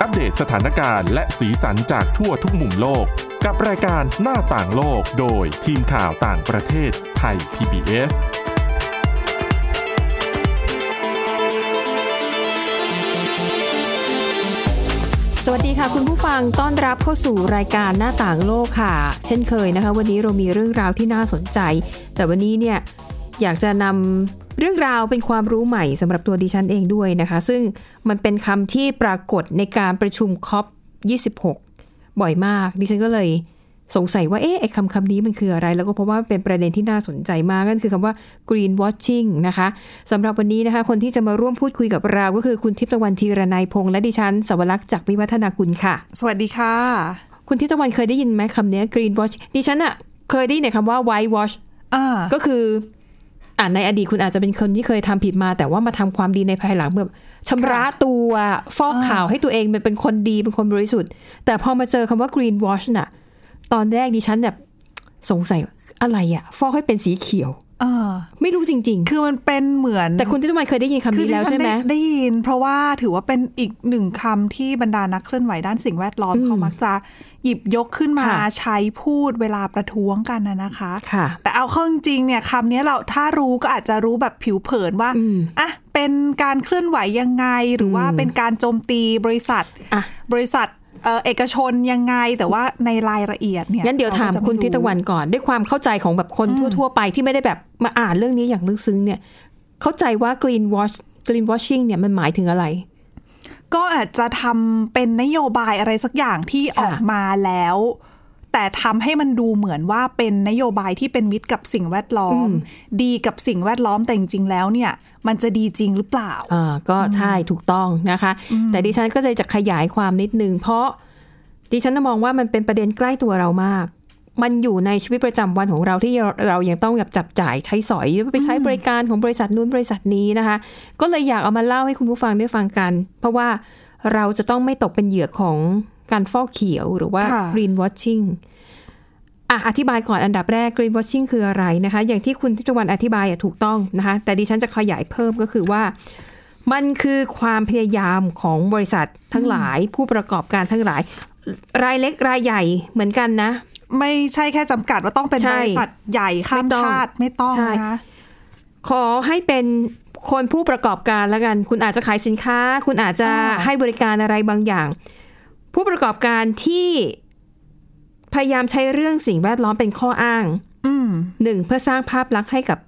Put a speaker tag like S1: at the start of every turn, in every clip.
S1: อัปเดตสถานการณ์และสีสันจากทั่วทุกมุมโลก กับรายการหน้าต่างโลกโดยทีมข่าวต่างประเทศไทย PBS
S2: สวัสดีค่ะ คุณผู้ฟังต้อนรับเข้าสู่รายการหน้าต่างโลกค่ะ เช่นเคยนะคะ วันนี้เรามีเรื่องราวที่น่าสนใจ แต่วันนี้เนี่ยอยากจะนำเรื่องราวเป็นความรู้ใหม่สำหรับตัวดิฉันเองด้วยนะคะ ซึ่งมันเป็นคำที่ปรากฏในการประชุมคอป26 บ่อยมาก ดิฉันก็เลยสงสัยว่าเอ๊ะไอ้คำคำนี้มันคืออะไร แล้วก็เพราะว่ามันเป็นประเด็นที่น่าสนใจมากนั่นคือคำว่า green watching นะคะสำหรับวันนี้นะคะ คนที่จะมาร่วมพูดคุยกับเราก็คือคุณทิพย์ตะวันธีรนัยพงษ์และดิฉันสวรักษ์จากวิวัฒนาคุณค่ะ
S3: สวัสดีค่ะ
S2: คุณทิพย์ตะวันเคยได้ยินไหมคำเนี้ย green wash ดิฉันอะเคยได้ยินแต่คำว่า white wash
S3: อ่า
S2: ก็คืออ่าในอดีตคุณอาจจะเป็นคนที่เคยทำผิดมา แต่ว่ามาทำความดีในภายหลังแบบชำระตัวฟอกขาวให้ตัวเองเป็นเป็นคนดีเป็นคนบริสุทธิ์ แต่พอมาเจอคำว่า green wash น่ะ ตอนแรกดิฉันแบบสงสัยอะไรอะฟอกให้เป็นสีเขียว
S3: อ่า
S2: ไม่รู้จริง
S3: คือมันเป็นเหมือน
S2: ๆ แต่คุณทิพย์ตะวันเคยได้ยินคำ
S3: คือ
S2: นี้แล้ว
S3: ดิฉัน
S2: ใช่ไหม
S3: ด้ได้ยิน เพราะว่าถือว่าเป็นอีกหนึ่งคำที่บรรดานักเคลื่อนไหวด้านสิ่งแวดล้อมเขามักจะหยิบยกขึ้นมา
S2: ค่ะ
S3: ใช้พูดเวลาประท้วงกันนะนะคะ
S2: ค่ะ
S3: แต่เอาเข้าจริงๆเนี่ยคำนี้เราถ้ารู้ก็อาจจะรู้แบบผิวเผินว่า
S2: อืม
S3: อ่ะเป็นการเคลื่อนไหวยังไง หรือว่า
S2: อืม
S3: เป็นการโจมตีบริษัท
S2: อ่ะ
S3: บริษัทเอ่อเอกชนยังไง แต่ว่าในรายละเอียดเนี่ย
S2: งั้นเดี๋ยวถาม
S3: รก็จะไ
S2: คุณทิตวันก่อน ด้วยความเข้าใจของแบบคนทั่ว ๆ ไปที่ไม่ได้แบบมาอ่านเรื่องนี้อย่างลึกซึ้งเนี่ย เข้าใจว่า green wash green washing เนี่ยมันหมายถึงอะไร
S3: ก็อาจจะทำเป็นนโยบายอะไรสักอย่างที่
S2: ค่ะ
S3: ออกมาแล้ว แต่ทำให้มันดูเหมือนว่าเป็นนโยบายที่เป็นมิตรกับสิ่งแวดล้อม ดีกับสิ่งแวดล้อมแต่จริงๆแล้วเนี่ย มันจะดีจริงหรือเปล่า
S2: อ่าก็ใช่ถูกต้องนะคะ แต่ดิฉันก็เลยจะขยายความนิดนึง เพราะดิฉันน่ะมองว่ามันเป็นประเด็นใกล้ตัวเรามาก มันอยู่ในชีวิตประจำวันของเราที่เราเรายังต้องแบบจับจ่ายใช้สอยไปใช้บริการของบริษัทนู้นบริษัทนี้นะคะ ก็เลยอยากเอามาเล่าให้คุณผู้ฟังได้ฟังกัน เพราะว่าเราจะต้องไม่ตกเป็นเหยื่อของการฟอกเขียวหรือว่า
S3: ค่ะ
S2: green watching อ่ะอธิบายก่อนอันดับแรก green washing คืออะไรนะคะ อย่างที่คุณทิตวันอธิบายอ่ะถูกต้องนะคะ แต่ดิฉันจะขยายเพิ่มก็คือว่า มันคือความพยายามของบริษัททั้งหลาย ผู้ประกอบการทั้งหลาย รายเล็กรายใหญ่เหมือนกันนะ
S3: ไม่ใช่แค่จำกัดว่าต้องเป็น
S2: ใช่
S3: บริษัทใหญ่ข้าม
S2: ไม่ต้อง
S3: ชาติไม่ต้อง
S2: ใช่
S3: นะคะ
S2: ขอให้เป็นคนผู้ประกอบการแล้วกัน คุณอาจจะขายสินค้า คุณอาจจะ
S3: อ่า
S2: ให้บริการอะไรบางอย่าง ผู้ประกอบการที่พยายามใช้เรื่องสิ่งแวดล้อมเป็นข้ออ้าง
S3: อืม
S2: หนึ่งเพื่อสร้างภาพลักษณ์ให้กับ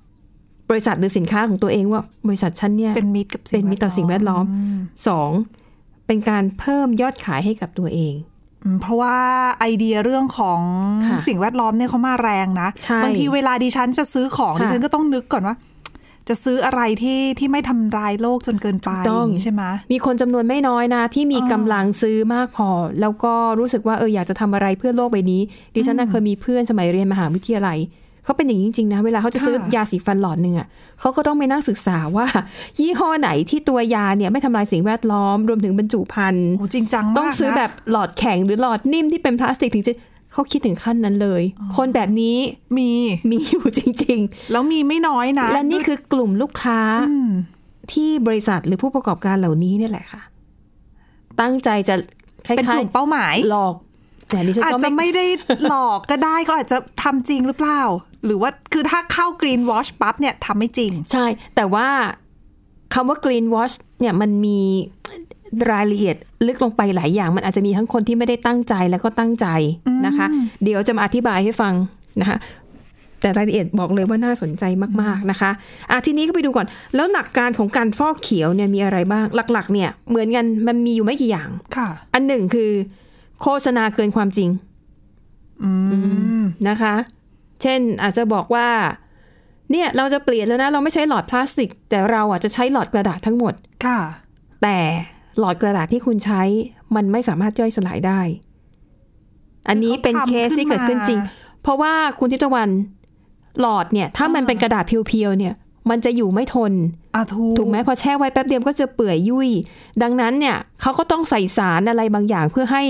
S2: บริษัทหรือสินค้าของตัวเองว่าบริษัทฉันเนี่ย
S3: เป็นมิตรกับสิ่ง
S2: เป็นมิตรต่อสิ่งแวดล้อมสองเป็นการเพิ่มยอดขายให้กับตัวเอง
S3: อืมเพราะว่าไอเดียเรื่องของ
S2: ค่ะ
S3: สิ่งแวดล้อมเนี่ยเขามาแรงนะ
S2: ใช่
S3: บางทีเวลาดิฉันจะซื้อของ
S2: ค่ะ
S3: ดิฉันก็ต้องนึกก่อนว่า จะซื้ออะไรที่ที่ไม่ทำร้ายโลกจนเกินไป
S2: ถูกต้อง
S3: ย่านี้ใช่ไหม
S2: มีคนจำนวนไม่น้อยนะ ที่มี
S3: อ่าก
S2: ำลังซื้อมากพอ แล้วก็รู้สึกว่าเอออยากจะทำอะไรเพื่อโลกใบนี้ ดิฉันน่ะเคยมีเพื่อนสมัยเรียนมหาวิทยาลัยเขาเป็นอย่างนี้จริงๆนะเวลาเขาจะซื้อ
S3: ค่ะ
S2: ยาสีฟันหลอดหนึ่งอ่ะเขาก็ต้องไปนั่งศึกษาว่า ยี่ห้อไหนที่ตัวยาเนี่ยไม่ทำลายสิ่งแวดล้อม รวมถึงบรรจุภัณฑ์
S3: โอ้จริงจังมาก
S2: ต้องซื้อ
S3: นะ
S2: แบบหลอดแข็งหรือหลอดนิ่มที่เป็นพลาสติกถึงจะเขาคิดถึงขั้นนั้นเลย คนแบบนี้
S3: มี
S2: มีอยู่จริง
S3: แล้วมีไม่น้อยนะ
S2: ๆ และนี่คือกลุ่มลูกค้า
S3: อืม
S2: ที่บริษัทหรือผู้ประกอบการเหล่านี้เนี่ยแหละค่ะ ตั้งใจจะค
S3: เป็นก
S2: ล้าย
S3: ลุ่มเป้าหมาย
S2: ๆหลอกแต่ดิฉัน
S3: อาจ
S2: ก็
S3: จะ
S2: ไม่
S3: ไม่ได้หลอกก็ได้ก็อาจจะทำจริงหรือเปล่า หรือว่าคือถ้าเข้ากรีนวอชปั๊บเนี่ยทำไม่จริง
S2: ใช่ แต่ว่าคำว่า green wash เนี่ยมันมีรายละเอียดลึกลงไปหลายอย่าง มันอาจจะมีทั้งคนที่ไม่ได้ตั้งใจแล้วก็ตั้งใจนะคะ เดี๋ยวจะมาอธิบายให้ฟังนะคะ แต่รายละเอียดบอกเลยว่าน่าสนใจมากๆนะคะอ่ะทีนี้ก็ไปดูก่อน แล้วหลักการของการฟอกเขียวเนี่ยมีอะไรบ้าง หลักๆ เนี่ยเหมือนกัน มันมีอยู่ไม่กี่อย่าง
S3: ค่ะ
S2: อันหนึ่งคือ โฆษณาเกินความจริงนะคะ เช่นอาจจะบอกว่า เนี่ยเราจะเปลี่ยนแล้วนะ เราไม่ใช้หลอดพลาสติก แต่เราอ่ะจะใช้หลอดกระดาษทั้งหมด
S3: ค่ะ
S2: แต่หลอดกระดาษที่คุณใช้มันไม่สามารถย่อยสลายได้ อันนี้เป็นเคสที่เกิดขึ้นจริง เพราะว่าคุณทิพย์ตะวันหลอดเนี่ย ถ้ามันเป็นกระดาษเพียวๆเนี่ย มันจะอยู่ไม่ทน
S3: อาทู
S2: ถูกไหมพอแช่ไว้แป๊บเดียวก็จะเปื่อยยุ่ย ดังนั้นเนี่ยเขาก็ต้องใส่สารอะไรบางอย่างเพื่อให้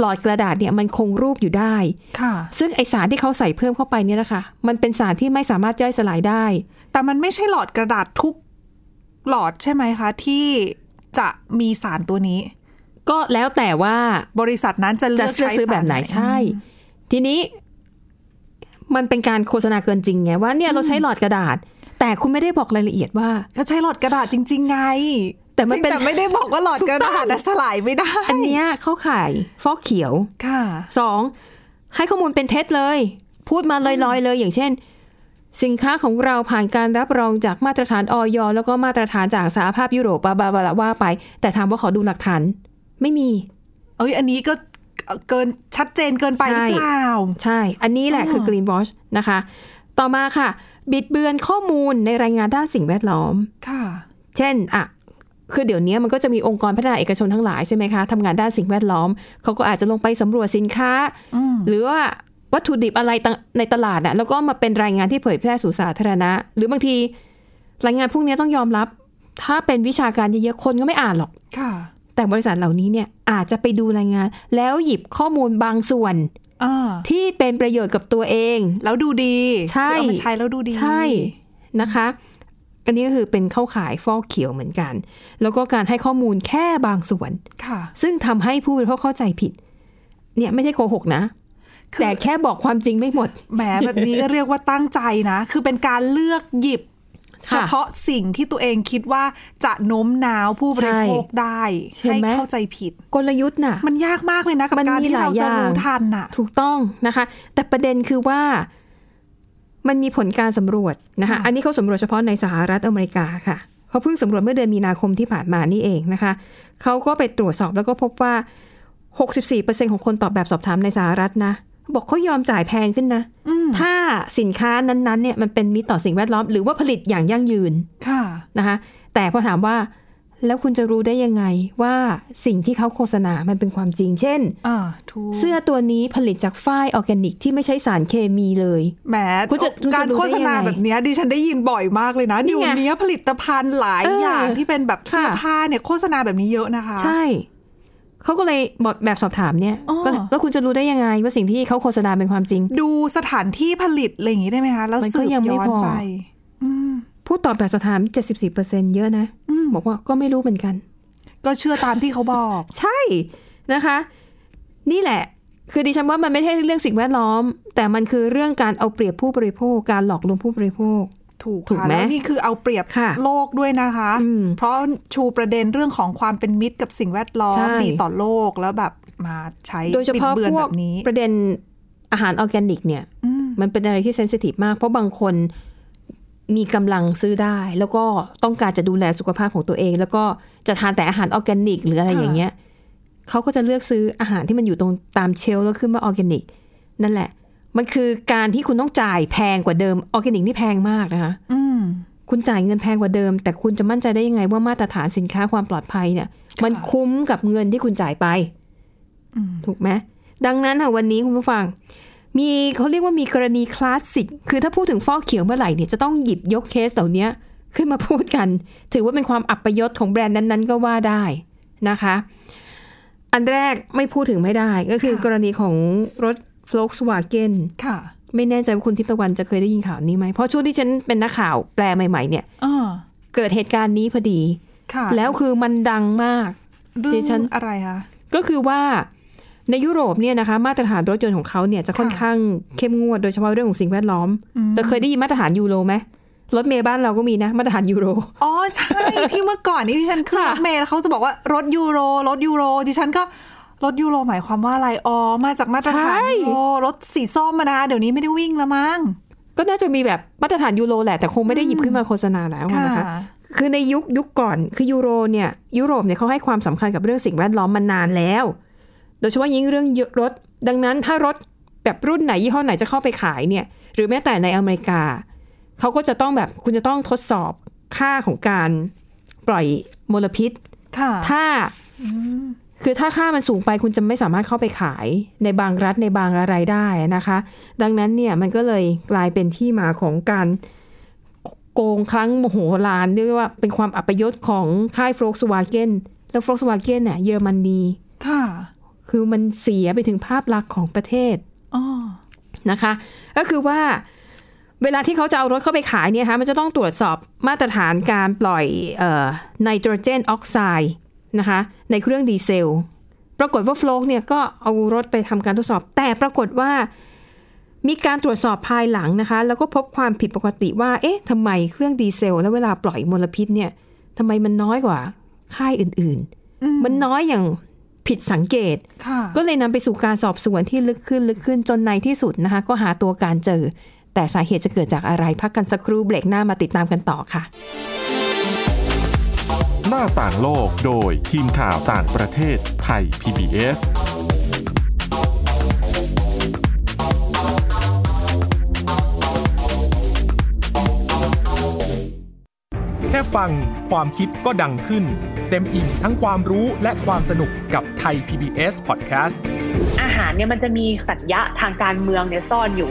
S2: หลอดกระดาษเนี่ยมันคงรูปอยู่ได้
S3: ค่ะ
S2: ซึ่งไอสารที่เขาใส่เพิ่มเข้าไปเนี่ยนะคะ มันเป็นสารที่ไม่สามารถย่อยสลายได้
S3: แต่มันไม่ใช่หลอดกระดาษทุกหลอดใช่ไหมคะ ที่จะมีสารตัวนี้
S2: ก็แล้วแต่ว่า
S3: บริษัทนั้นจะเลื
S2: จะ
S3: อก
S2: เลือก
S3: ใช้
S2: ซื้อแบบไหน
S3: สาร
S2: ใช่ ทีนี้มันเป็นการโฆษณาเกินจริงไงว่าเนี่ยเราใช้หลอดกระดาษ แต่คุณไม่ได้บอกรายละเอียดว่า
S3: ก็ใช้หลอดกระดาษจริง ๆ ไง
S2: แต่มันเป็น
S3: แต่ไม่ได้บอกว่าหลอดกระดาษน่ะสลายไม่ได้
S2: อันเนี้ยเข้าข่ายฟอกเขียว
S3: ค่ะ
S2: สองให้ข้อมูลเป็นเท็จเลย พูดมาลอยๆเลยอย่างเช่น สินค้าของเราผ่านการรับรองจากมาตรฐานออยแล้วก็มาตรฐานจากสหภาพยุโรปบาบาบาว่าไป แต่ถามว่าขอดูหลักฐาน ไม่มี
S3: เอ้ยอันนี้ก็เกินชัดเจนเกินไปหรือเปล่า
S2: ใช่ อันนี้แหละคือ Green Wash นะคะ ต่อมาค่ะ บิดเบือนข้อมูลในรายงานด้านสิ่งแวดล้อม
S3: ค่ะ
S2: เช่นอะคือเดี๋ยวนี้มันก็จะมีองค์กรพัฒนาเอกชนทั้งหลายใช่ไหมคะทำงานด้านสิ่งแวดล้อม เขาก็อาจจะลงไปสำรวจสินค้า
S3: อืม
S2: หรือว่าวัตถุดิบอะไรต่างในตลาดน่ะแล้วก็มาเป็นรายงานที่เผยแพร่สู่สาธารณะ หรือบางที รายงานพวกเนี้ยต้องยอมรับ ถ้าเป็นวิชาการเยอะๆคนก็ไม่อ่านหรอก
S3: ค่ะ
S2: แต่บริษัทเหล่านี้เนี่ยอาจจะไปดูรายงาน แล้วหยิบข้อมูลบางส่วน
S3: อ่า
S2: ที่เป็นประโยชน์กับตัวเอง
S3: แล้วดูดี
S2: ใช่
S3: คือเอามาใช้แล้วดูดี
S2: ใช่นะคะ อันนี้ก็คือเป็นเข้าข่ายฟอกเขียวเหมือนกัน แล้วก็การให้ข้อมูลแค่บางส่วน
S3: ค่ะ
S2: ซึ่งทำให้ผู้บริโภคเข้าใจผิด เนี่ยไม่ใช่โกหกนะ
S3: คือ
S2: แต่แค่บอกความจริงไม่หมด
S3: แหมแบบนี้ก็เรียกว่าตั้งใจนะ คือเป็นการเลือกหยิบ
S2: ค่ะ
S3: เฉพาะสิ่งที่ตัวเองคิดว่าจะโน้มน้าวผู้บริโภคได้
S2: ใช่
S3: ให้
S2: เห็นไหม
S3: เข้าใจผิด
S2: กลยุทธ์น่ะ
S3: มันยากมากเลยนะกับ
S2: มัน
S3: การ
S2: มี
S3: ที่
S2: หลาย
S3: เราจะ
S2: อย่าง
S3: รู้ทันน่ะ
S2: ถูกต้องนะคะ แต่ประเด็นคือว่ามันมีผลการสำรวจนะคะ
S3: ค่ะ
S2: อันนี้เขาสำรวจเฉพาะในสหรัฐอเมริกาค่ะ เขาเพิ่งสำรวจเมื่อเดือนมีนาคมที่ผ่านมานี่เองนะคะ เขาก็ไปตรวจสอบแล้วก็พบว่า 64%ของคนตอบแบบสอบถามในสหรัฐนะ บอกเขายอมจ่ายแพงขึ้นนะ ถ้าสินค้านั้นๆเนี่ยมันเป็นมิตรต่อสิ่งแวดล้อม หรือว่าผลิตอย่างยั่งยืน
S3: ค่ะ
S2: นะคะแต่พอถามว่าแล้วคุณจะรู้ได้ยังไงว่าสิ่งที่เขาโฆษณา มันเป็นความจริง เช่น
S3: อ่าถูก
S2: เสื้อตัวนี้ผลิตจากฝ้ายออร์แกนิกที่ไม่ใช้สารเคมีเลย
S3: แหม
S2: คุณจะคุณจะ
S3: การ
S2: รู้ได้ยังไง
S3: โฆษณาแบบเนี้ยดิฉันได้ยินบ่อยมากเลยนะ
S2: นี่
S3: เดี๋ยว
S2: ไง
S3: นี้ผลิตภัณฑ์หลาย
S2: เอออ
S3: อย่างที่เป็นแบบเสื้อ
S2: ค่ะ
S3: ผ้าเนี่ยโฆษณาแบบนี้เยอะนะคะ
S2: ใช่ เขาก็เลยบอกแบบสอบถามเนี่ย
S3: อ้อ
S2: ก็แล้วคุณจะรู้ได้ยังไงว่าสิ่งที่เขาโฆษณาเป็นความจริง
S3: ดูสถานที่ผลิตอะไรอย่างนี้ได้ไหมคะ แล้ว
S2: มันก็
S3: สืบ
S2: ยังไม่
S3: ย้อน
S2: พอ
S3: ไป
S2: ผู้ตอบแบบสอบถาม 74%เยอะนะ บอกว่าก็ไม่รู้เหมือนกัน
S3: ก็เชื่อตามที่เขาบอก
S2: ใช่นะคะ นี่แหละ คือดิฉันว่ามันไม่ใช่เรื่องสิ่งแวดล้อม แต่มันคือเรื่องการเอาเปรียบผู้บริโภคการหลอกลวงผู้บริโภค
S3: ถูก
S2: ถูก
S3: ค่ะ
S2: ไหม
S3: แล้วนี่คือเอาเปรียบ
S2: ค่ะ
S3: โลกด้วยนะคะ
S2: อืม
S3: เพราะชูประเด็นเรื่องของความเป็นมิตรกับสิ่งแวดล้อ
S2: ใช่
S3: มดีต่อโลกแล้วแบบมาใช้
S2: โดยเฉพาะ
S3: บิดบือน
S2: พว
S3: แบ
S2: ก
S3: บนี้
S2: ประเด็นอาหารออร์แกนิกเนี่ย
S3: อืม
S2: มันเป็นอะไรที่เซนซิทีฟมาก เพราะบางคนมีกำลังซื้อได้ แล้วก็ต้องการจะดูแลสุขภาพของตัวเอง แล้วก็จะทานแต่อาหารออร์แกนิก หรืออะไร
S3: ค่ะ
S2: อย่างเงี้ยเขาก็จะเลือกซื้ออาหารที่มันอยู่ตรงตามเชลฟ์แล้วขึ้นมาออร์แกนิก นั่นแหละ มันคือการที่คุณต้องจ่ายแพงกว่าเดิมออร์แกนิกนี่แพงมากนะคะ
S3: อืม
S2: คุณจ่ายเงินแพงกว่าเดิม แต่คุณจะมั่นใจได้ยังไงว่ามาตรฐานสินค้าความปลอดภัยเนี่ย มันคุ้มกับเงินที่คุณจ่ายไป
S3: อืม
S2: ถูกไหมดังนั้นค่ะวันนี้คุณผู้ฟัง มีเขาเรียกว่ามีกรณีคลาสสิกคือถ้าพูดถึงฟอกเขียวเมื่อไหร่เนี่ยจะต้องหยิบยกเคสเหล่านี้ขึ้นมาพูดกัน ถือว่าเป็นความอับประยศของแบรนด์นั้นๆ ก็ว่าได้นะคะ อันแรกไม่พูดถึงไม่ได้ก็คือ กรณีของรถ Volkswagen
S3: ค่ะ
S2: ไม่แน่ใจว่าคุณทิพย์ตะวันจะเคยได้ยินข่าวนี้ไหมเพราะช่วงที่ฉันเป็นนักข่าวแปลใหม่ๆเนี่ย
S3: อ่า
S2: เกิดเหตุการณ์นี้พอดี
S3: ค่ะ
S2: แล้วคือมันดังมาก
S3: เรื่
S2: ดิฉั
S3: อน งอะไรคะ
S2: ก็คือว่าในยุโรปเนี่ยนะคะ มาตรฐานรถยนต์ของเขาเนี่ยจะค่อน
S3: ค่ะ
S2: ข้างเข้มงวดโดยเฉพาะเรื่องของสิ่งแวดล้อมเราเคยได้ยินมาตรฐานยูโรไหมรถเมย์บ้านเราก็มีนะ มาตรฐานยูโร
S3: อ๋อใช่ ที่เมื่อก่อนนี่ดิฉันขึ้นร
S2: ค่ะ
S3: ถเมล์แล้วเขาจะบอกว่ารถยูโรรถยูโรดิฉันก็รถยูโรหมายความว่าอะไรอ๋อมาจากมาตรฐาน
S2: ใช่
S3: ยูโรรถสีส้มมานะคะเดี๋ยวนี้ไม่ได้วิ่งละมั้ง
S2: ก็น่าจะมีแบบมาตรฐานยูโรแหละแต่คงไม่ได้หยิบขึ้นมาโฆษณาแล้วอะนะคะ คือในยุคยุคก่อนคือยูโรเนี่ยยุโรปเนี่ยเขาให้ความสำคัญกับเรื่องสิ่งแวดล้อมมานานแล้ว โดยเฉพาะยิ่งเรื่องรถ ดังนั้นถ้ารถแบบรุ่นไหนยี่ห้อไหนจะเข้าไปขายเนี่ย หรือแม้แต่ในอเมริกา เขาก็จะต้องแบบคุณจะต้องทดสอบค่าของการปล่อยมลพิษ
S3: ค่ะ
S2: ถ้าคือถ้าค่ามันสูงไปคุณจะไม่สามารถเข้าไปขายในบางรัฐในบางอะไรได้นะคะ ดังนั้นเนี่ยมันก็เลยกลายเป็นที่มาของการโกงครั้งโมโหลานเรียกว่าเป็นความอัปยศของค่ายโฟลกสวาเกนแล้วโฟลกสวาเกนเนี่ยเยอรมนี
S3: ค่ะ
S2: คือมันเสียไปถึงภาพลักษณ์ของประเทศ
S3: อ๋อ
S2: นะคะก็คือว่าเวลาที่เขาจะเอารถเข้าไปขายเนี่ยนะคะมันจะต้องตรวจสอบมาตรฐานการปล่อยไนโตรเจนออกไซด์นะคะในเครื่องดีเซล ปรากฏว่าโฟลกเนี่ยก็เอารถไปทำการทดสอบ แต่ปรากฏว่า มีการตรวจสอบภายหลังนะคะ แล้วก็พบความผิดปกติว่า เอ๊ะทำไมเครื่องดีเซล แล้วเวลาปล่อยมลพิษเนี่ยทำไมมันน้อยกว่าค่ายอื่นๆ มันน้อยอย่างผิดสังเกต
S3: ค่ะ
S2: ก็เลยนำไปสู่การสอบสวนที่ลึกขึ้นลึกขึ้นจนในที่สุดนะคะ ก็หาตัวการเจอ แต่สาเหตุจะเกิดจากอะไรพักกันสักครู่เบรกหน้ามาติดตามกันต่อค่ะ
S1: หน้าต่างโลกโดยทีมข่าวต่างประเทศไทย PBS
S4: แค่ฟังความคิดก็ดังขึ้น เต็มอิ่งทั้งความรู้และความสนุกกับไทย PBS Podcast
S5: อาหารเนี่ยมันจะมีสัญญะทางการเมืองเนี่ยซ่อนอยู่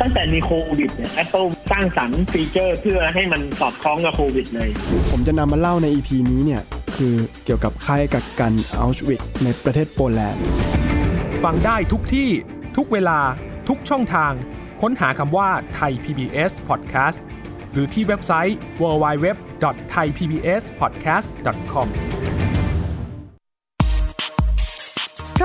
S6: ตั้งแต่มีโควิดเนี่ย Apple สร้างสรรค์ฟีเจอร์เพื่อให้มันสอดคล้องกับโควิดเลย
S7: ผมจะนำมาเล่าใน EP นี้เนี่ย คือเกี่ยวกับค่ายกักกันอัลชวิกในประเทศโปแลนด์
S4: ฟังได้ทุกที่ ทุกเวลา ทุกช่องทาง ค้นหาคำว่าไทย PBS Podcast หรือที่เว็บไซต์ www.thaipbspodcast.com
S8: เพร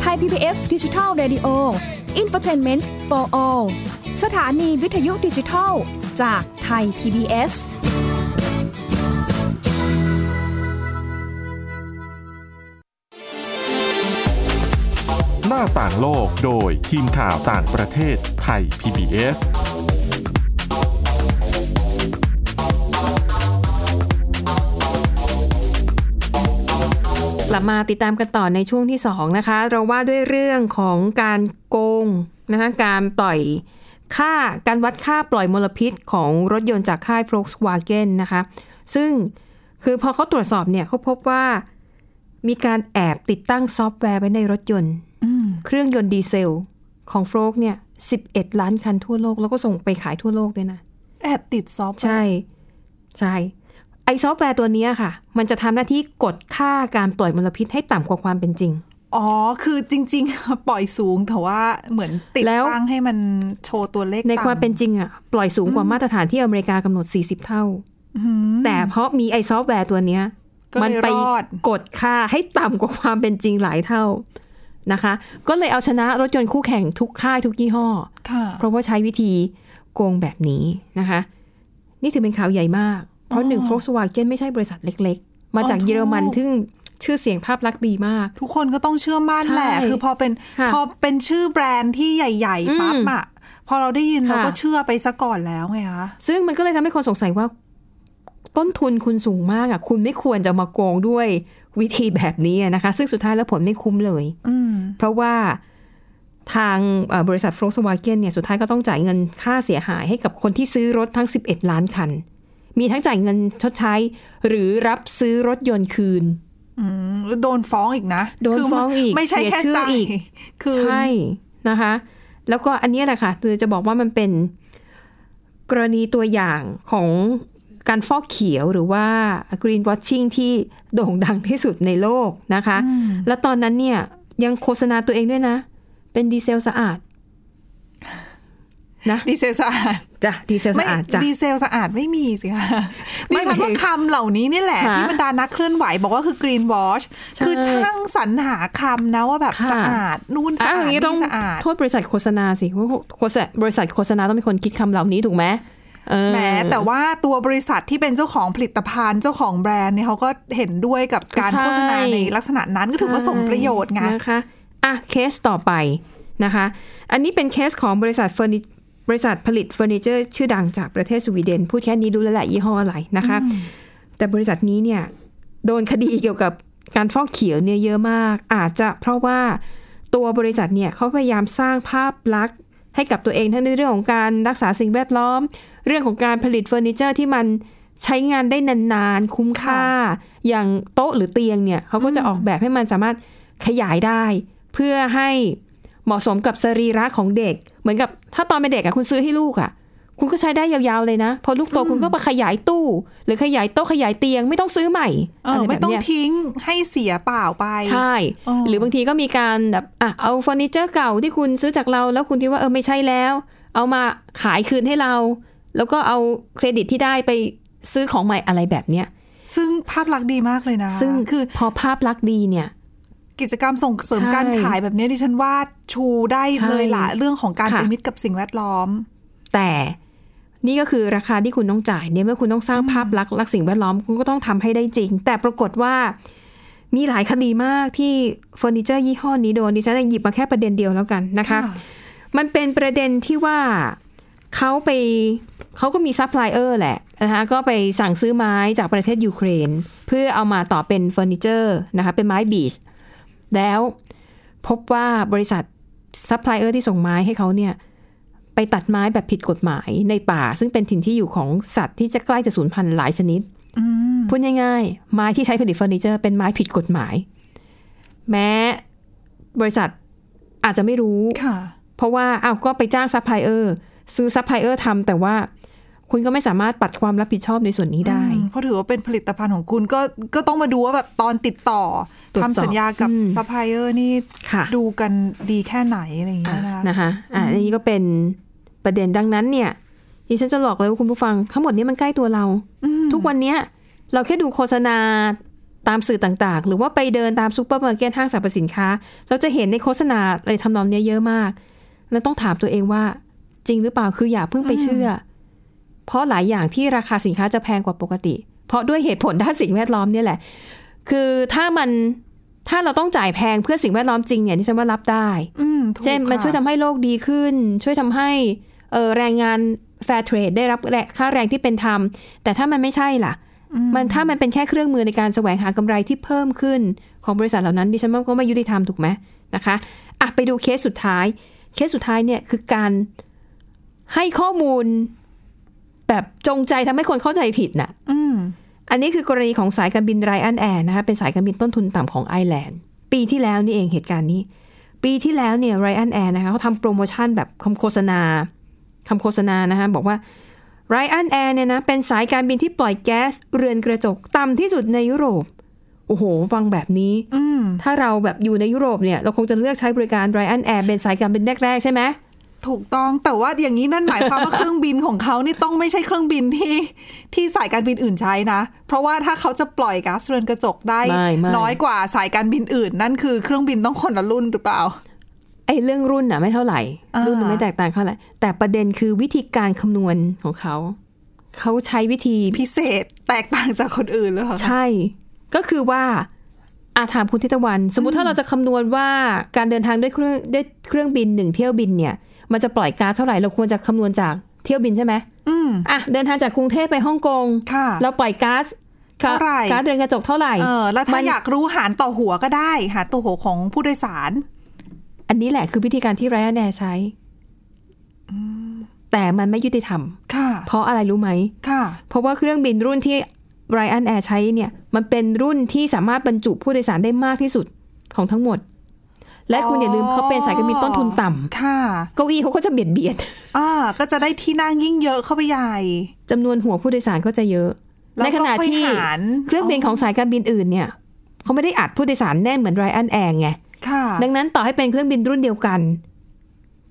S8: ไทย PBS Digital Radio Infotainment for All สถานีวิทยุดิจิทัล จากไทย PBS
S1: หน้าต่างโลกโดยทีมข่าวต่างประเทศไทย PBS
S2: กลับมาติดตามกันต่อในช่วงที่ 2 นะคะ เราว่าด้วยเรื่องของการโกงนะคะการปล่อยค่าการวัดค่าปล่อยมลพิษของรถยนต์จากค่าย Volkswagen นะคะ ซึ่งคือพอเขาตรวจสอบเนี่ยเขาพบว่ามีการแอบติดตั้งซอฟต์แวร์ไว้ในรถยนต์ เครื่องยนต์ดีเซลของโฟลกเนี่ย 11 ล้านคันทั่วโลก แล้วก็ส่งไปขายทั่วโลกด้วยนะ
S3: แอบติดซอฟต์
S2: ใช่ ใช่ ไอซอฟต์แวร์ตัวเนี้ยค่ะ มันจะทำหน้าที่กดค่าการปล่อยมลพิษให้ต่ำกว่าความเป็นจริง
S3: อ๋อ คือจริง ๆ ปล่อยสูงแต่ว่าเหมือนติด
S2: แล้ว
S3: ตั้งให้มันโชว์ตัวเลข
S2: ในค
S3: ต่ำ
S2: วามเป็นจริงอะปล่อยสูงกว่ามาตรฐานที่อเมริกากำหนด 40 เท่า
S3: อืม
S2: แต่เพราะมีไอซอฟต์แวร์ตัวเนี้ย
S3: ก็เลย
S2: มัไป
S3: รอด
S2: กดค่าให้ต่ำกว่าความเป็นจริงหลายเท่านะคะ ก็เลยเอาชนะรถยนต์คู่แข่งทุกค่ายทุกยี่ห้อ
S3: ค่ะ
S2: เพราะว่าใช้วิธีโกงแบบนี้นะคะ นี่ถือเป็นข่าวใหญ่มาก เพราะหนึ่ง Volkswagen ไม่ใช่บริษัทเล็กๆ มาจากเยอรมันซึ่งชื่อเสียงภาพลักษณ์ดีมาก
S3: ทุกคนก็ต้องเชื่อมั่น
S2: ใช่
S3: แหละ คือพอเป็น
S2: ค่ะ
S3: พอเป็นชื่อแบรนด์ที่ใหญ่
S2: อืม
S3: ๆปั๊บอะพอเราได้ยิน
S2: ค่ะ
S3: เราก็เชื่อไปซะก่อนแล้วไงคะ
S2: ซึ่งมันก็เลยทำให้คนสงสัยว่า ต้นทุนคุณสูงมากอ่ะ คุณไม่ควรจะมาโกงด้วยวิธีแบบนี้อะนะคะ ซึ่งสุดท้ายแล้วผลไม่คุ้มเลย
S3: อืม
S2: เพราะว่าทางเอ่อบริษัท Volkswagen เนี่ยสุดท้ายก็ต้องจ่ายเงินค่าเสียหายให้กับคนที่ซื้อรถทั้ง 11 ล้านคัน มีทั้งจ่ายเงินชดใช้ หรือรับซื้อรถยนต์คืน
S3: อืมแล้วโดนฟ้องอีกนะ
S2: โดน
S3: คื
S2: ฟ้องอีก
S3: ไม่ใช่
S2: เสีย
S3: แค่
S2: ชื่อ
S3: จ่าย
S2: อีก
S3: คือ
S2: ใช่นะคะ แล้วก็อันเนี้ยแหละค่ะคือจะบอกว่ามันเป็นกรณีตัวอย่างของการฟอกเขียวหรือว่า green watching ที่โด่งดังที่สุดในโลกนะคะ แล้วตอนนั้นเนี่ยยังโฆษณาตัวเองด้วยนะ เป็นดีเซลสะอาดนะ
S3: ดีเซลสะอาด
S2: จ้ะดีเซล
S3: ไม่
S2: สะอาดจ้ะ
S3: ดีเซลสะอาดไม่มีสิ คะ
S2: ไม่
S3: ดิฉันว่าคำเหล่านี้นี่แหละ
S2: ค่ะ
S3: ที่บรรดานักเคลื่อนไหวบอกว่าคือกรีนวอช
S2: ใช่
S3: คือช่างสรรหาคำนะว่าแบบ
S2: ค่ะ
S3: สะอาด นู่นสะ
S2: อ้าว
S3: อา
S2: อ
S3: ด
S2: ย่างนี้ต้อง
S3: นี่สะอาด
S2: โทษบริษัทโฆษณาสิเพราะโฆษณาบริษัทโฆษณาต้องเป็นคนคิดคำเหล่านี้ถูกไหมเออ
S3: แหมแต่ว่าตัวบริษัทที่เป็นเจ้าของผลิตภัณฑ์เจ้าของแบรนด์เนี่ยเขาก็เห็นด้วยกับการ
S2: ใช่
S3: โฆษณาในลักษณะนั้นก็ถือว่าสมประโยชน์ไง
S2: นะคะ อ่ะ เคสต่อไป นะคะ อันนี้เป็นเคสของบริษัทเฟอร์นิบริษัทผลิตเฟอร์นิเจอร์ชื่อดังจากประเทศสวีเดน พูดแค่นี้รู้แล้วแหละยี่ห้ออะไรนะคะ แต่บริษัทนี้เนี่ยโดนคดีเกี่ยวกับการฟอกเขียวเนี่ยเยอะมาก อาจจะเพราะว่าตัวบริษัทเนี่ยเขาพยายามสร้างภาพลักษณ์ให้กับตัวเองทั้งในเรื่องของการรักษาสิ่งแวดล้อม เรื่องของการผลิตเฟอร์นิเจอร์ที่มันใช้งานได้นานๆ คุ้มค่า อย่างโต๊ะหรือเตียงเนี่ยเขาก็จะออกแบบให้มันสามารถขยายได้ เพื่อให้เหมาะสมกับสรีระของเด็ก เหมือนกับถ้าตอนเป็นเด็กอะคุณซื้อให้ลูกอะคุณก็ใช้ได้ยาวๆเลยนะ พอลูกโตคุณก็ไปขยายตู้ หรือขยายโต๊ะขยายเตียงไม่ต้องซื้อใหม่
S3: เออ
S2: ะ
S3: อ
S2: รแบบ
S3: ไม่ต้อง
S2: เนี้ย
S3: ทิ้งให้เสียเปล่าไป
S2: ใช่
S3: อ๋อ
S2: หรือบางทีก็มีการแบบอ่ะเอาเฟอร์นิเจอร์เก่าที่คุณซื้อจากเรา แล้วคุณคิดว่าเออไม่ใช่แล้ว เอามาขายคืนให้เรา แล้วก็เอาเครดิตที่ได้ไปซื้อของใหม่อะไรแบบเนี้ย
S3: ซึ่งภาพลักษณ์ดีมากเลยนะ
S2: ซึ่ง
S3: คือ
S2: พอภาพลักษณ์ดีเนี่ย
S3: กิจกรรมส่งเสริม
S2: ใช่
S3: การขายแบบเนี้ยดิฉันว่าชูได้
S2: ใช่
S3: เลยละเรื่องของการ
S2: ค่ะ
S3: เป็นมิตรกับสิ่งแวดล้อม
S2: แต่นี่ก็คือราคาที่คุณต้องจ่ายเนี่ยเมื่อคุณต้องสร้างภาพลักษณ์รักสิ่งแวดล้อมคุณก็ต้องทำให้ได้จริง แต่ปรากฏว่ามีหลายคดีมากที่เฟอร์นิเจอร์ยี่ห้อนี้โดนดิฉันหยิบมาแค่ประเด็นเดียวแล้วกันนะคะ มันเป็นประเด็นที่ว่าเขาไปเขาก็มีซัพพลายเออร์แหละนะคะก็ไปสั่งซื้อไม้จากประเทศยูเครน เพื่อเอามาต่อเป็นเฟอร์นิเจอร์นะคะเป็นไม้บีช แล้วพบว่าบริษัทซัพพลายเออร์ที่ส่งไม้ให้เขาเนี่ย ไปตัดไม้แบบผิดกฎหมายในป่า ซึ่งเป็นถิ่นที่อยู่ของสัตว์ที่จะใกล้จะสูญพันธุ์หลายชนิดพูดง่ายๆ ไม้ที่ใช้ผลิตเฟอร์นิเจอร์เป็นไม้ผิดกฎหมาย แม้บริษัทอาจจะไม่รู้
S3: ค่ะ
S2: เพราะว่าอ้าวก็ไปจ้างซัพพลายเออร์ซื้อซัพพลายเออร์ทำแต่ว่าคุณก็ไม่สามารถปัดความรับผิดชอบในส่วนนี้ได้
S3: อืมเพราะถือว่าเป็นผลิตภัณฑ์ของคุณก็ก็ต้องมาดูว่าแบบตอนติดต่อ
S2: ตรวจสอบ
S3: ทำสัญญากับ
S2: อืม
S3: ซัพพลายเออร์นี่
S2: ค่ะ
S3: ดูกันดีแค่ไหนอะไรอย่างเงี้ยนะคะ
S2: นะคะอ่าอันนี้ก็เป็นประเด็นดังนั้นเนี่ยดิฉันจะหลอกเลยว่าคุณผู้ฟังทั้งหมดเนี้มันใกล้ตัวเรา ทุกวันเนี้ยเราแค่ดูโฆษณาตามสื่อต่างๆ หรือว่าไปเดินตามซูเปอร์มาร์เก็ตห้างสรรพสินค้า เราจะเห็นในโฆษณาอะไรทำนองเนี้ยเยอะมาก แล้วต้องถามตัวเองว่าจริงหรือเปล่าคืออย่าเพิ่งไปเชื่ออเพราะหลายอย่างที่ราคาสินค้าจะแพงกว่าปกติ เพราะด้วยเหตุผลด้านสิ่งแวดล้อมเนี่ยแหละ คือถ้ามันถ้าเราต้องจ่ายแพงเพื่อสิ่งแวดล้อมจริงเนี่ยดิฉันว่ารับได้
S3: อืมถูก
S2: เช่นมัน
S3: ค่ะ
S2: ช่วยทำให้โลกดีขึ้น ช่วยทำให้เอ่อแรงงานแฟร์เทรดได้รับแรงค่าแรงที่เป็นธรรม แต่ถ้ามันไม่ใช่ล่ะ มันถ้ามันเป็นแค่เครื่องมือในการแสวงหากำไรที่เพิ่มขึ้นของบริษัทเหล่านั้นดิฉันว่าก็ไม่ยุติธรรมถูกไหมนะคะอ่ะไปดูเคสสุดท้าย เคสสุดท้ายเนี่ยคือการให้ข้อมูลแบบจงใจทำให้คนเข้าใจผิดน่ะ
S3: อืม
S2: อันนี้คือกรณีของสายการบินไรอันแอร์นะคะเป็นสายการบินต้นทุนต่ำของไอร์แลนด์ ปีที่แล้วนี่เองเหตุการณ์นี้ ปีที่แล้วเนี่ยไรอันแอร์นะคะเขาทำโปรโมชั่นแบบคำโฆษณาคำโฆษณานะคะบอกว่าไรอันแอร์เนี่ยนะเป็นสายการบินที่ปล่อยแก๊สเรือนกระจกต่ำที่สุดในยุโรป โอ้โห ฟังแบบนี้
S3: อืม
S2: ถ้าเราแบบอยู่ในยุโรปเนี่ยเราคงจะเลือกใช้บริการไรอันแอร์เป็นสายการบินแรกๆใช่ไหม
S3: ถูกต้องแต่ว่าอย่างนี้นั่นหมายความว่า เครื่องบินของเขานี่ต้องไม่ใช่เครื่องบินที่ที่สายการบินอื่นใช้นะ เพราะว่าถ้าเขาจะปล่อยก๊าซเรือนกระจกได้
S2: ไม่ไม่
S3: น้อยกว่าสายการบินอื่น นั่นคือเครื่องบินต้องคนละรุ่นหรือเปล่า
S2: ไอ้เรื่องรุ่นน่ะไม่เท่าไหร่
S3: อ่ารุ่
S2: รุ่นมันไม่แตกต่างเท่าไหร่ แต่ประเด็นคือวิธีการคำนวณของเขา เขาใช้วิธี
S3: พิเศษแตกต่างจากคนอื่นหรือเปล่า
S2: ใช่ ก็คือว่าอาถามคุณทิตวัน สมมุติถ้าเราจะคำนวณว่าการเดินทางด้วยเครื่องด้วยเครื่องบินหนึ่งเที่ยวบินเนี่ย มันจะปล่อยก๊าซเท่าไหร่เราควรจะคำนวณจากเที่ยวบินใช่ไหม
S3: อืม
S2: อ่ะเดินทางจากกรุงเทพไปฮ่องกง
S3: ค่ะ
S2: เราปล่อยก๊าซ
S3: เท่าไหร่
S2: ก๊าซเรือนกระจกเท่าไหร่
S3: เออแล้วถ้า
S2: มัน
S3: อยากรู้หารต่อหัวก็ได้ หารต่อหัวของผู้โดยสาร
S2: อันนี้แหละคือวิธีการที่ไรอันแอร์ใช้แต่มันไม่ยุติธรรม
S3: ค่ะ
S2: เพราะอะไรรู้ไหม
S3: ค่ะ
S2: เพราะว่าเครื่องบินรุ่นที่ไรอันแอร์ใช้เนี่ย มันเป็นรุ่นที่สามารถบรรจุผู้โดยสารได้มากที่สุดของทั้งหมด และคุณอย่าลืมเขาเป็นสายการบินต้นทุนต่ำ
S3: ค่ะ
S2: เก้าอี้เขาก็จะเบียดเบียด
S3: อ่า ก็จะได้ที่นั่งยิ่งเยอะเข้าไปใหญ่
S2: จำนวนหัวผู้โดยสารก็จะเยอะ
S3: แล้ว
S2: ในขณะ
S3: ก็ค่อย
S2: ที่
S3: หาร
S2: เครื่องบิน
S3: อ๋อ
S2: ของสายการบินอื่นเนี่ยเขาไม่ได้อัดผู้โดยสารแน่นเหมือนไรอันแอร์ไง
S3: ค่ะ
S2: ดังนั้นต่อให้เป็นเครื่องบินรุ่นเดียวกัน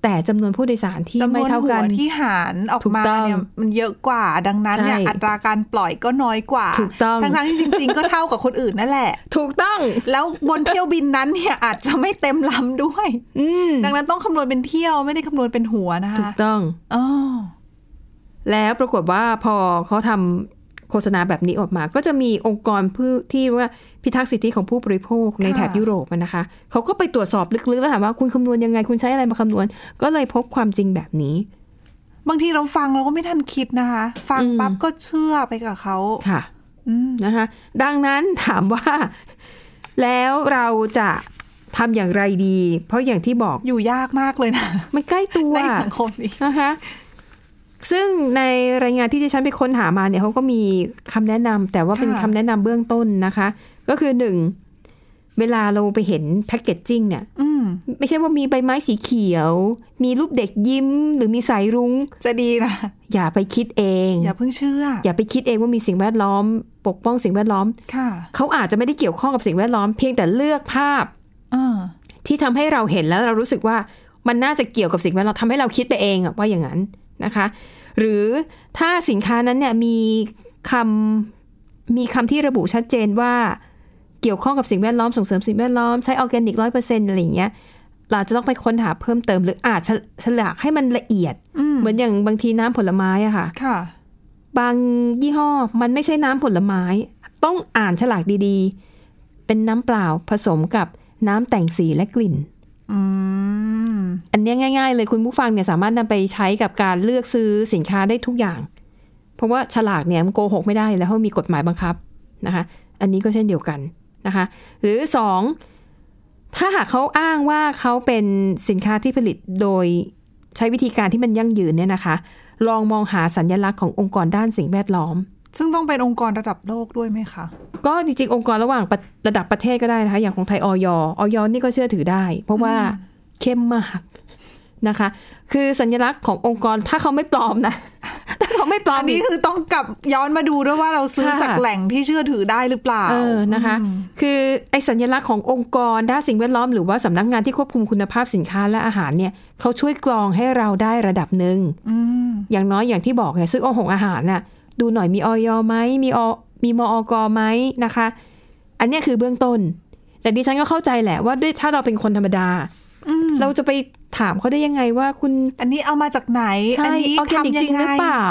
S2: แต่จำนวนผู้โดยสารที่
S3: จำน
S2: ไม่
S3: วน
S2: เท่า
S3: หั
S2: กั
S3: วน ที่หารออก
S2: ถูก
S3: มา
S2: ต้อง
S3: เนี่ยมันเยอะกว่า ดังนั้นเนี่ย
S2: ใช่
S3: อัตราการปล่อยก็น้อยกว่า
S2: ถูกต้อง
S3: ทั้งๆที่จริง ๆ ก็เท่ากับคนอื่นนั่นแหละ
S2: ถูกต้อง
S3: แล้วบนเที่ยวบินนั้นเนี่ยอาจจะไม่เต็มลำด้วย
S2: อืม
S3: ดังนั้นต้องคำนวณเป็นเที่ยวไม่ได้คำนวณเป็นหัวนะ
S2: ถู
S3: คะ
S2: กต้อง
S3: อ๋อ
S2: แล้วปรากฏว่าพอเขาทำโฆ โฆษณาแบบนี้ออกมา ก็จะมีองค์กรผู้ที่ว่าพิทักษ์สิทธิของผู้บริโภคใน
S3: ค่ะ
S2: แถบยุโรปอะนะคะเขาก็ไปตรวจสอบลึกๆแล้วถามว่าคุณคำนวณยังไงคุณใช้อะไรมาคำนวณ ก็เลยพบความจริงแบบนี้
S3: บางทีเราฟังเราก็ไม่ทันคิดนะคะ ฟัง
S2: อืม
S3: ปั๊บก็เชื่อไปกับเขา
S2: ค่ะ
S3: อืม
S2: นะคะดังนั้นถามว่า แล้วเราจะทำอย่างไรดี เพราะอย่างที่บอก
S3: อยู่ยากมากเลยนะ
S2: มันใกล้ตัว
S3: ในสังคมนี้
S2: นะคะซึ่งในรายงานที่ดิฉันไปค้นหามาเนี่ยเขาก็มีคำแนะนำแต่ว่าเป็น
S3: ค่ะ
S2: คำแนะนำเบื้องต้นนะคะ ก็คือหนึ่งเวลาเราไปเห็นแพ็กเกจจิ้งเนี่ย
S3: อืม
S2: ไม่ใช่ว่ามีใบไม้สีเขียว มีรูปเด็กยิ้ม หรือมีสายรุง้ง
S3: จะดีนะ
S2: อย่าไปคิดเอง
S3: อย่าเพิ่งเชื่อ
S2: อย่าไปคิดเองว่ามีสิ่งแวดล้อม ปกป้องสิ่งแวดล้อม
S3: ค่ะ
S2: เขาอาจจะไม่ได้เกี่ยวข้องกับสิ่งแวดล้อมเพียงแต่เลือกภาพ
S3: เออ
S2: ที่ทำให้เราเห็นแล้วเรารู้สึกว่ามันน่าจะเกี่ยวกับสิ่งแวดล้อมทำให้เราคิดไปเองอะว่าอย่างนั้นนะคะ หรือถ้าสินค้านั้นเนี่ยมีคำมีคำที่ระบุชัดเจนว่าเกี่ยวข้องกับสิ่งแวดล้อมส่งเสริมสิ่งแวดล้อมใช้ออร์แกนิกร้อยเปอร์เซ็นต์อะไรอย่างเงี้ยเราจะต้องไปค้นหาเพิ่มเติมหรืออาจฉฉลากให้มันละเอียด
S3: อืม
S2: เหมือนอย่างบางทีน้ำผลไม้อะค่ะ
S3: ค่ะ
S2: บางยี่ห้อมันไม่ใช่น้ำผลไม้ ต้องอ่านฉลากดีๆ เป็นน้ำเปล่าผสมกับน้ำแต่งสีและกลิ่น
S3: อืม
S2: อันเนี้ยง่ายๆเลยคุณผู้ฟังเนี่ยสามารถนำไปใช้กับการเลือกซื้อสินค้าได้ทุกอย่าง เพราะว่าฉลากเนี่ยมันโกหกไม่ได้อยู่แล้วเพราะมีกฎหมายบังคับนะคะ อันนี้ก็เช่นเดียวกันนะคะ หรือสองถ้าหากเขาอ้างว่าเขาเป็นสินค้าที่ผลิตโดยใช้วิธีการที่มันยั่งยืนเนี่ยนะคะ ลองมองหาสัญลักษณ์ขององค์กรด้านสิ่งแวดล้อม
S3: ซึ่งต้องเป็นองค์กรระดับโลกด้วยไหมคะ
S2: ก็จริงๆ องค์กรระหว่างประระดับประเทศก็ได้นะคะ อย่างของไทยออยออยนี่ก็เชื่อถือได้ เพราะว่าเข้มมากนะคะ คือสัญลักษณ์ขององค์กรถ้าเขาไม่ปลอมนะ ถ้าเขาไม่ปลอ
S3: อั
S2: ม
S3: นนี้
S2: ก
S3: คือต้องกลับย้อนมาดูด้วยว่าเราซื้อ
S2: ค่ะ
S3: จากแหล่งที่เชื่อถือได้หรือเปล่า
S2: เออนะคะ
S3: อืม
S2: คือไอสัญลักษณ์ขององค์กรด้านสิ่งแวดล้อมหรือว่าสำนักงานที่ควบคุมคุณภาพสินค้าและอาหารเนี่ยเขาช่วยกรองให้เราได้ระดับหนึ่ง
S3: อืม
S2: อย่างน้อยอย่างที่บอกไงซื้อองหงอาหารน่ะดูหน่อยมีออยไหมมีอมีมอกไหมนะคะ อันเนี้ยคือเบื้องต้น แต่ดิฉันก็เข้าใจแหละว่าด้วยถ้าเราเป็นคนธรรมดา
S3: อืม
S2: เราจะไปถามเขาได้ยังไงว่าคุณ
S3: อันนี้เอามาจากไหน
S2: ใช่
S3: อันี้
S2: ออร์แกนิก
S3: ทำยั
S2: จริง
S3: ง
S2: หรือ
S3: ไง
S2: เปล่า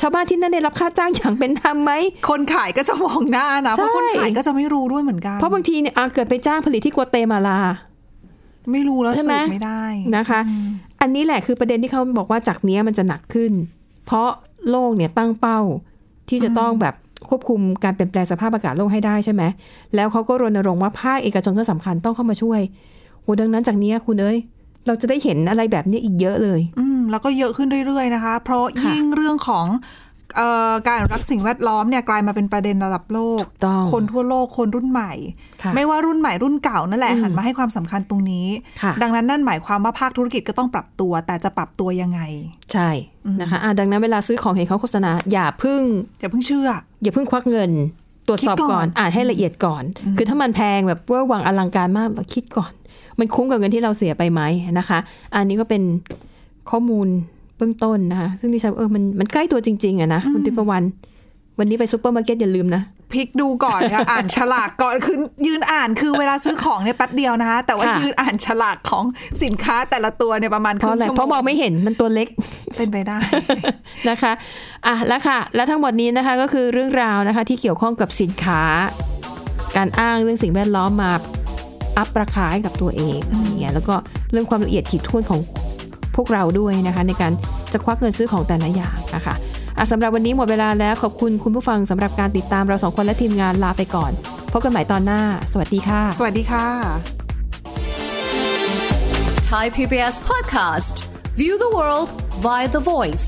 S2: ชาวบ้านที่นั่นได้รับค่าจ้างอย่างเป็นธรรมไหม
S3: คนขายก็จะมองหน้านะ เพราะ
S2: ใช่
S3: คนขายก็จะไม่รู้ด้วยเหมือนกัน
S2: เพราะบางทีเนี่ยอ่ะเกิดไปจ้างผลิตที่กัวเตมาลา
S3: ไม่รู้แล้ว
S2: ใช่
S3: สื
S2: ไหม
S3: บไม่ได้
S2: นะคะ อันนี้แหละคือประเด็นที่เขาบอกว่าจากเนี้ยมันจะหนักขึ้น เพราะโลกเนี่ยตั้งเป้าที่จะต้องแบบควบคุมการเปลี่ยนแปลงสภาพอากาศโลกให้ได้ใช่ไหม แล้วเขาก็รณรงค์ว่าภาคเอกชนก็สำคัญต้องเข้ามาช่วยโหดังนั้นจากเนี้ยคุณเอ้ย เราจะได้เห็นอะไรแบบเนี้ยอีกเยอะเลย
S3: อืมแล้วก็เยอะขึ้นเรื่อย ๆนะคะ เพราะยิ่งเรื่องของเอ่อการอนุรักษ์สิ่งแวดล้อมเนี่ยกลายมาเป็นประเด็นระดับโลก
S2: ถูกต้อง
S3: คนทั่วโลกคนรุ่นใหม่
S2: ค่ะ
S3: ไม่ว่ารุ่นใหม่รุ่นเก่านั่นแหละ
S2: อืม
S3: หันมาให้ความสำคัญตรงนี้
S2: ค่ะ
S3: ดังนั้นนั่นหมายความว่าภาคธุรกิจก็ต้องปรับตัว แต่จะปรับตัวยังไง
S2: ใช่นะคะอ่ะดังนั้นเวลาซื้อของเห็นเขาโฆษณาอย่าเพึ่ง
S3: อย่าเพิ่งเชื่อ
S2: อย่าเพิ่งควักเงิน ตรวจสอบ
S3: คิดก่
S2: ก่อ
S3: อนน
S2: อ่านให้ละเอียดก่อน คือถ้ามันแพงแบบเวอร์วังอลังการมากเราคิดก่อน มันคุ้มกับเงินที่เราเสียไปไหมนะคะ อันนี้ก็เป็นข้อมูลเบื้องต้นนะคะซึ่งดิฉันเออมันมันใกล้ตัวจริงๆอะนะคุณทิพวรรณวันนี้ไปซูเปอร์มาร์เก็ตอย่าลืมนะ
S3: พลิกดูก่อน ค่ะ อ่านฉลากก่อนคือยืนอ่านคือเวลาซื้อของเนี่ยแป๊บเดียวนะคะ แต่ว่า
S2: ค่ะ
S3: ยืนอ่านฉลากของสินค้าแต่ละตัวเนี่ยประมาณค
S2: เพราะ
S3: รึ่ง
S2: อะไร
S3: ชั่วโมง
S2: เพราะมองไม่เห็นมันตัวเล็ก
S3: เป็นไปได้
S2: นะคะอ่ะแล้วค่ะ และทั้งหมดนี้นะคะก็คือเรื่องราวนะคะที่เกี่ยวข้องกับสินค้า การอ้างเรื่องสิ่งแวดล้อมมาอัพราคาให้กับตัวเองอย่างเงี้ยแล้วก็เรื่องความละเอียดถี่ถ้วนของพวกเราด้วยนะคะ ในการจะควักเงินซื้อของแต่ละอย่างนะคะอ่ะสำหรับวันนี้หมดเวลาแล้วขอบคุณคุณผู้ฟังสำหรับการติดตามเราสองคนและทีมงานลาไปก่อนพบกันใหม่ตอนหน้า สวัสดีค่ะ
S3: สวัสดีค่ะ
S9: Thai PBS podcast. View the world via the voice.